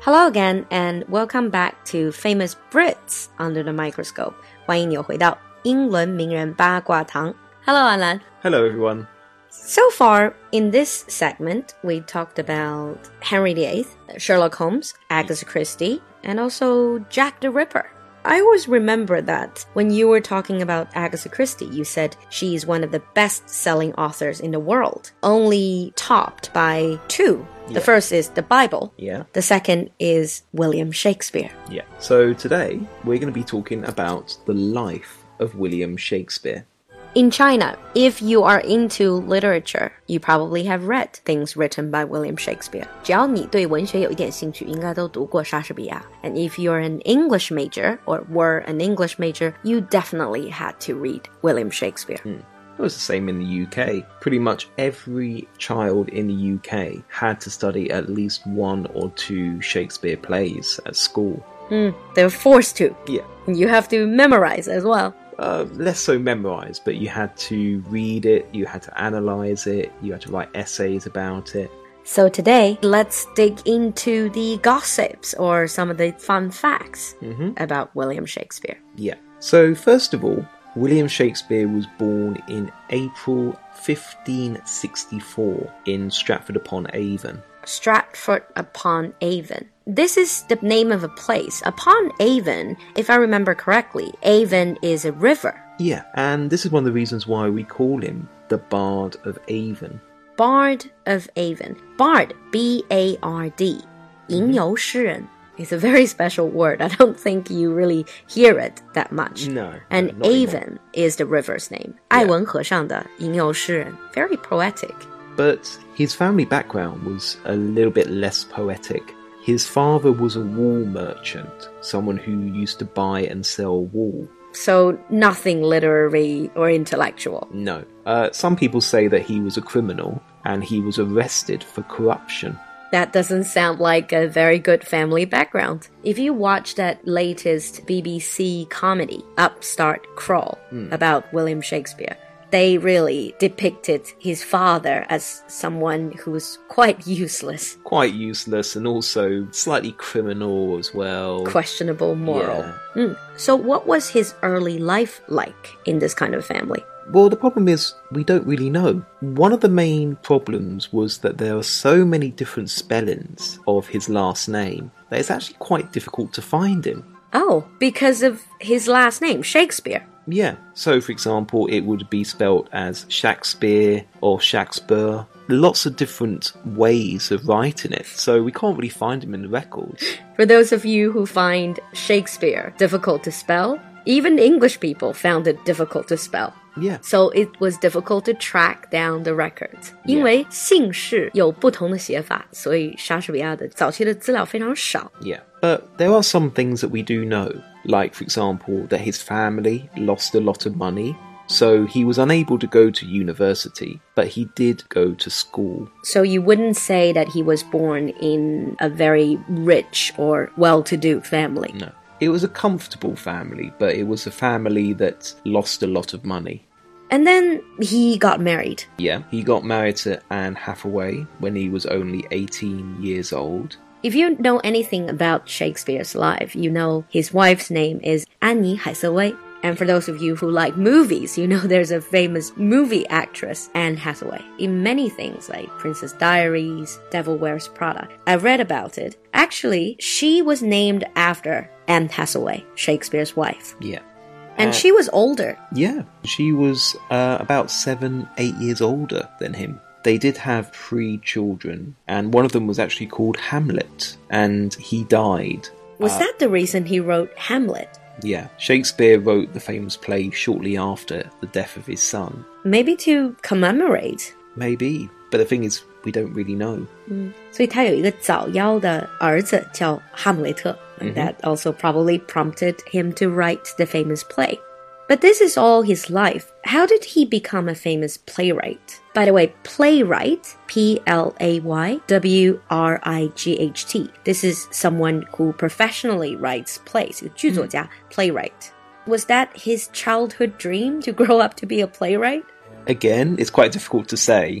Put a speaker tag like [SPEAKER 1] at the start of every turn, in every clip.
[SPEAKER 1] Hello again and welcome back to Famous Brits Under the Microscope. 欢迎你回到英伦名人八卦堂。Hello, Alan.
[SPEAKER 2] Hello, everyone.
[SPEAKER 1] So far in this segment, we talked about Henry VIII, Sherlock Holmes, Agatha Christie, and also Jack the Ripper. I always remember that when you were talking about Agatha Christie, you said she is one of the best selling authors in the world, only topped by two. The
[SPEAKER 2] Yeah.
[SPEAKER 1] first is the Bible.
[SPEAKER 2] Yeah.
[SPEAKER 1] The second is William Shakespeare.
[SPEAKER 2] Yeah. So today we're going to be talking about the life of William Shakespeare.
[SPEAKER 1] In China, if you are into literature, you probably have read things written by William Shakespeare. 只要你对文学有一点兴趣，应该都读过莎士比亚。And if you're an English major or were an English major, you definitely had to read William Shakespeare.
[SPEAKER 2] It was the same in the UK. Pretty much every child in the UK had to study at least one or two Shakespeare plays at school.
[SPEAKER 1] They're forced to.
[SPEAKER 2] Yeah.
[SPEAKER 1] You have to memorize as well.
[SPEAKER 2] Uh, less so memorized, but you had to read it, you had to analyze it, you had to write essays about it.
[SPEAKER 1] So today, let's dig into the gossips or some of the fun facts about William Shakespeare.
[SPEAKER 2] Yeah. So, first of all, William Shakespeare was born in April 1564 in Stratford upon Avon.
[SPEAKER 1] Stratford upon Avon. This is the name of a place. Upon Avon, if I remember correctly, Avon is a river.
[SPEAKER 2] Yeah, and this is one of the reasons why we call him the Bard of Avon.
[SPEAKER 1] Bard of Avon. Bard, B A R D.
[SPEAKER 2] Mm-hmm.
[SPEAKER 1] 吟游诗人 is a very special word. I don't think you really hear it that much.
[SPEAKER 2] No,
[SPEAKER 1] And
[SPEAKER 2] no, not anymore.
[SPEAKER 1] Avon is the river's name.
[SPEAKER 2] Yeah.
[SPEAKER 1] 爱文和尚的吟游诗人. Very poetic.
[SPEAKER 2] But his family background was a little bit less poetic. His father was a wool merchant, someone who used to buy and sell wool.
[SPEAKER 1] So nothing literary or intellectual.
[SPEAKER 2] No. Uh, some people say that he was a criminal and he was arrested for corruption.
[SPEAKER 1] That doesn't sound like a very good family background. If you watch that latest BBC comedy, Upstart Crawl, about William Shakespeare, they really depicted his father as someone who was quite useless,
[SPEAKER 2] quite useless and also slightly criminal as well.
[SPEAKER 1] questionable moral.
[SPEAKER 2] Yeah.
[SPEAKER 1] Mm. So, what was his early life like in this kind of family?
[SPEAKER 2] Well, the problem is we don't really know. One of the main problems was that there are so many different spellings of his last name that it's actually quite difficult to find him.
[SPEAKER 1] Oh, because of his last name, Shakespeare.
[SPEAKER 2] Yeah. So, for example, it would be spelt as Shakespeare or Shakespeare. Lots of different ways of writing it, so we can't really find him in the records.
[SPEAKER 1] For those of you who find Shakespeare difficult to spell, even English people found it difficult to spell.
[SPEAKER 2] Yeah.
[SPEAKER 1] So it was difficult to track down the records.
[SPEAKER 2] Yeah.
[SPEAKER 1] 因为姓氏有不同的写法，所以莎士比亚的早期的资料非常少。
[SPEAKER 2] Yeah. But there are some things that we do know, like, for example, that his family lost a lot of money, so he was unable to go to university, but he did go to school.
[SPEAKER 1] So you wouldn't say that he was born in a very rich or well-to-do family.
[SPEAKER 2] No. It was a comfortable family, but it was a family that lost a lot of money.
[SPEAKER 1] And then he got married.
[SPEAKER 2] Yeah. He got married to Anne Hathaway when he was only 18 years old.
[SPEAKER 1] If you know anything about Shakespeare's life, you know his wife's name is Annie Hathaway. And for those of you who like movies, you know there's a famous movie actress, Anne Hathaway, in many things like Princess Diaries, Devil Wears Prada. I read about it. Actually, she was named after Anne Hathaway, Shakespeare's wife.
[SPEAKER 2] Yeah.
[SPEAKER 1] And
[SPEAKER 2] Uh,
[SPEAKER 1] she was older.
[SPEAKER 2] Yeah, she was uh, about seven, eight years older than him. They did have three children, and one of them was actually called Hamlet, and he died.
[SPEAKER 1] Was that the reason he wrote Hamlet?
[SPEAKER 2] Yeah, Shakespeare wrote the famous play shortly after the death of his son.
[SPEAKER 1] Maybe to commemorate.
[SPEAKER 2] Maybe, but the thing is, we don't really know.
[SPEAKER 1] 所以他有一个早夭的儿子叫哈姆雷特。That also probably prompted him to write the famous play. But this is all his life. How did he become a famous playwright? By the way, playwright, P L A Y W R I G H T. This is someone who professionally writes plays, 剧作家, playwright. Was that his childhood dream to grow up to be a playwright?
[SPEAKER 2] Again, it's quite difficult to say.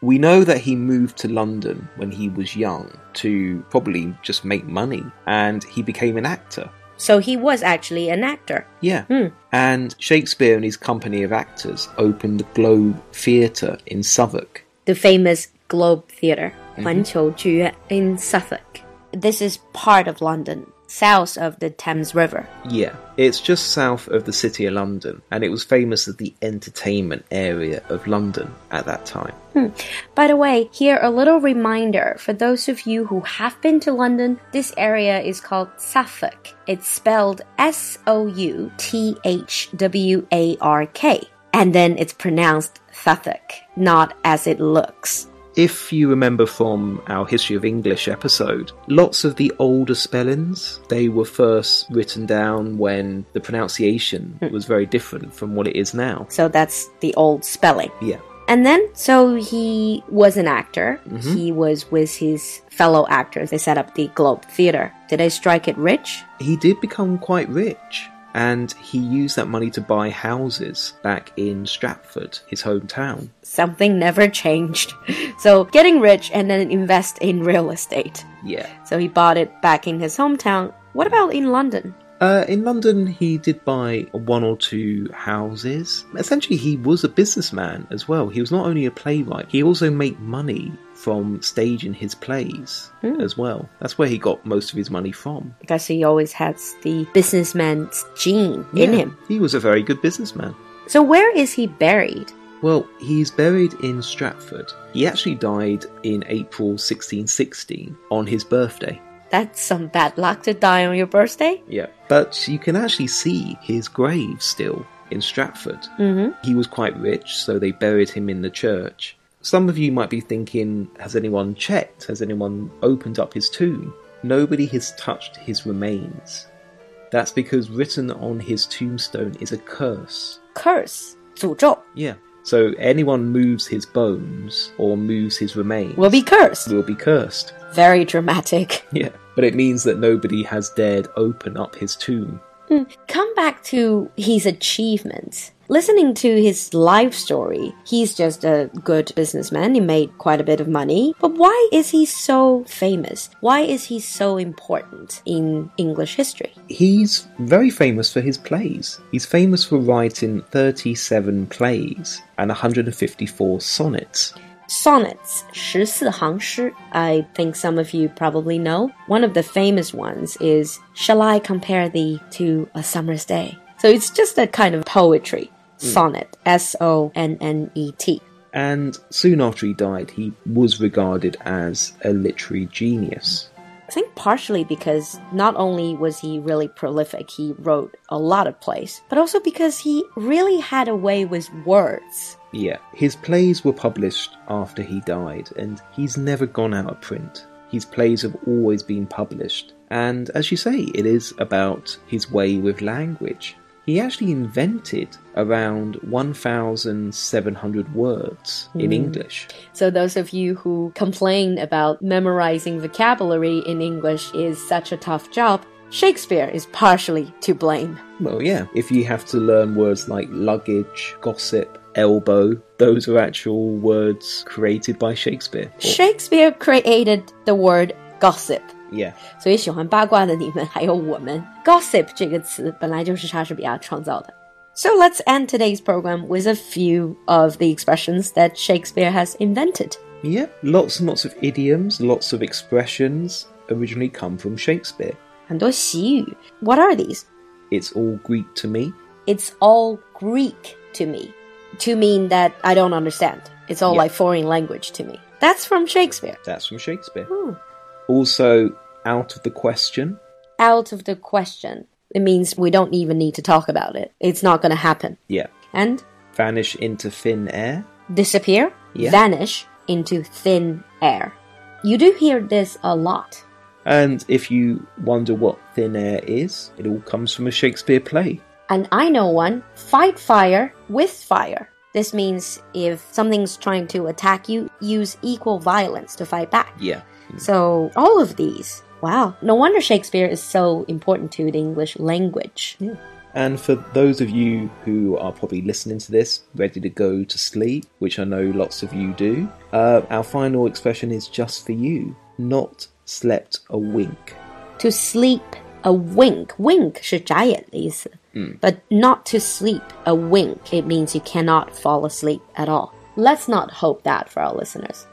[SPEAKER 2] We know that he moved to London when he was young to probably just make money, and he became an actor.
[SPEAKER 1] So he was actually an actor.
[SPEAKER 2] Yeah.
[SPEAKER 1] Hmm.
[SPEAKER 2] And Shakespeare and his company of actors opened the Globe Theatre in Southwark.
[SPEAKER 1] the famous Globe Theatre, 环球剧院 in Suffolk. This is part of London, south of the Thames River.
[SPEAKER 2] Yeah, it's just south of the City of London, and it was famous as the entertainment area of London at that time.
[SPEAKER 1] By the way, here a little reminder for those of you who have been to London, this area is called Suffolk. It's spelled S O U T H W A R K, and then it's pronounced Suffolk, not as it looks.
[SPEAKER 2] If you remember from our History of English episode, lots of the older spellings, they were first written down when the pronunciation was very different from what it is now.
[SPEAKER 1] So that's the old spelling.
[SPEAKER 2] Yeah.
[SPEAKER 1] And then, so he was an actor. He was with his fellow actors. They set up the Globe Theater. Did I strike it rich?
[SPEAKER 2] He did become quite rich, and he used that money to buy houses back in Stratford, his hometown.
[SPEAKER 1] Something never changed. So, getting rich and then invest in real estate.
[SPEAKER 2] Yeah.
[SPEAKER 1] So, he bought it back in his hometown. What about in London?
[SPEAKER 2] Uh, in London, he did buy one or two houses. Essentially, he was a businessman as well. He was not only a playwright, he also made money from staging his plays
[SPEAKER 1] Hmm.
[SPEAKER 2] as well. That's where he got most of his money from.
[SPEAKER 1] Because he always has the businessman's gene in
[SPEAKER 2] Yeah,
[SPEAKER 1] him.
[SPEAKER 2] He was a very good businessman.
[SPEAKER 1] So, where is he buried?
[SPEAKER 2] Well, he's buried in Stratford. He actually died in April 1616 on his birthday.
[SPEAKER 1] That's some bad luck to die on your birthday.
[SPEAKER 2] Yeah. But you can actually see his grave still in Stratford.
[SPEAKER 1] Mm-hmm.
[SPEAKER 2] He was quite rich, so they buried him in the church. Some of you might be thinking, has anyone checked? Has anyone opened up his tomb? Nobody has touched his remains. That's because written on his tombstone is a curse.
[SPEAKER 1] Curse. 诅咒
[SPEAKER 2] Yeah. So anyone moves his bones or moves his remains
[SPEAKER 1] will be cursed.
[SPEAKER 2] will be cursed.
[SPEAKER 1] Very dramatic.
[SPEAKER 2] Yeah. But it means that nobody has dared open up his tomb.
[SPEAKER 1] Come back to his achievements. Listening to his life story, he's just a good businessman. He made quite a bit of money. But why is he so famous? Why is he so important in English history?
[SPEAKER 2] He's very famous for his plays. He's famous for writing 37 plays and 154 sonnets.
[SPEAKER 1] Sonnets, 十四行诗, I think some of you probably know. One of the famous ones is Shall I compare thee to a summer's day? So it's just a kind of poetry. Sonnet, S O N N E T.
[SPEAKER 2] And soon after he died, he was regarded as a literary genius.
[SPEAKER 1] I think partially because not only was he really prolific, he wrote a lot of plays, but also because he really had a way with words.
[SPEAKER 2] Yeah, his plays were published after he died, and he's never gone out of print. His plays have always been published, and as you say, it is about his way with language. He actually invented around 1,700 words in English.
[SPEAKER 1] So those of you who complain about memorizing vocabulary in English is such a tough job, Shakespeare is partially to blame.
[SPEAKER 2] Well, yeah, if you have to learn words like luggage, gossip, elbow, those are actual words created by Shakespeare. Or-
[SPEAKER 1] Shakespeare created the word gossip.
[SPEAKER 2] yeah.
[SPEAKER 1] 所以喜欢八卦的你们，还有我们，gossip 这个词本来就是莎士比亚创造的。So let's end today's program with a few of the expressions that Shakespeare has invented.
[SPEAKER 2] Yeah, lots and lots of idioms, lots of expressions originally come from Shakespeare.
[SPEAKER 1] 很多习语，What are these?
[SPEAKER 2] It's all Greek to me.
[SPEAKER 1] It's all Greek to me, to mean that I don't understand. It's all
[SPEAKER 2] Yeah.
[SPEAKER 1] like foreign language to me. That's from Shakespeare.
[SPEAKER 2] That's from Shakespeare.
[SPEAKER 1] Hmm.
[SPEAKER 2] Also, out of the question.
[SPEAKER 1] Out of the question. It means we don't even need to talk about it. It's not going to happen.
[SPEAKER 2] Yeah.
[SPEAKER 1] And
[SPEAKER 2] Vanish into thin air.
[SPEAKER 1] disappear,
[SPEAKER 2] Yeah.
[SPEAKER 1] vanish into thin air. You do hear this a lot.
[SPEAKER 2] And if you wonder what thin air is, it all comes from a Shakespeare play.
[SPEAKER 1] And I know one fight fire with fire. This means if something's trying to attack you, use equal violence to fight back.
[SPEAKER 2] Yeah.
[SPEAKER 1] So, all of these. Wow. No wonder Shakespeare is so important to the English language.
[SPEAKER 2] And for those of you who are probably listening to this, ready to go to sleep, which I know lots of you do, uh, our final expression is just for you, not slept a wink.
[SPEAKER 1] To sleep a wink, wink 是眨眼的意思, but not to sleep a wink. It means you cannot fall asleep at all. Let's not hope that for our listeners.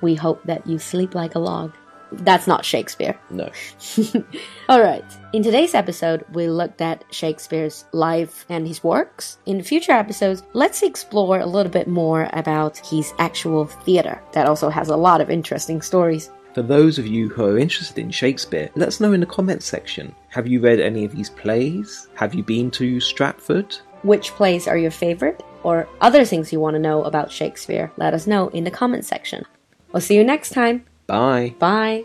[SPEAKER 1] We hope that you sleep like a log. That's not Shakespeare.
[SPEAKER 2] No.
[SPEAKER 1] All right. In today's episode, we looked at Shakespeare's life and his works. In future episodes, let's explore a little bit more about his actual theater that also has a lot of interesting stories.
[SPEAKER 2] For those of you who are interested in Shakespeare, let us know in the comments section. Have you read any of these plays? Have you been to Stratford?
[SPEAKER 1] Which plays are your favorite or other things you want to know about Shakespeare? Let us know in the comment section. We'll see you next time.
[SPEAKER 2] Bye.
[SPEAKER 1] Bye.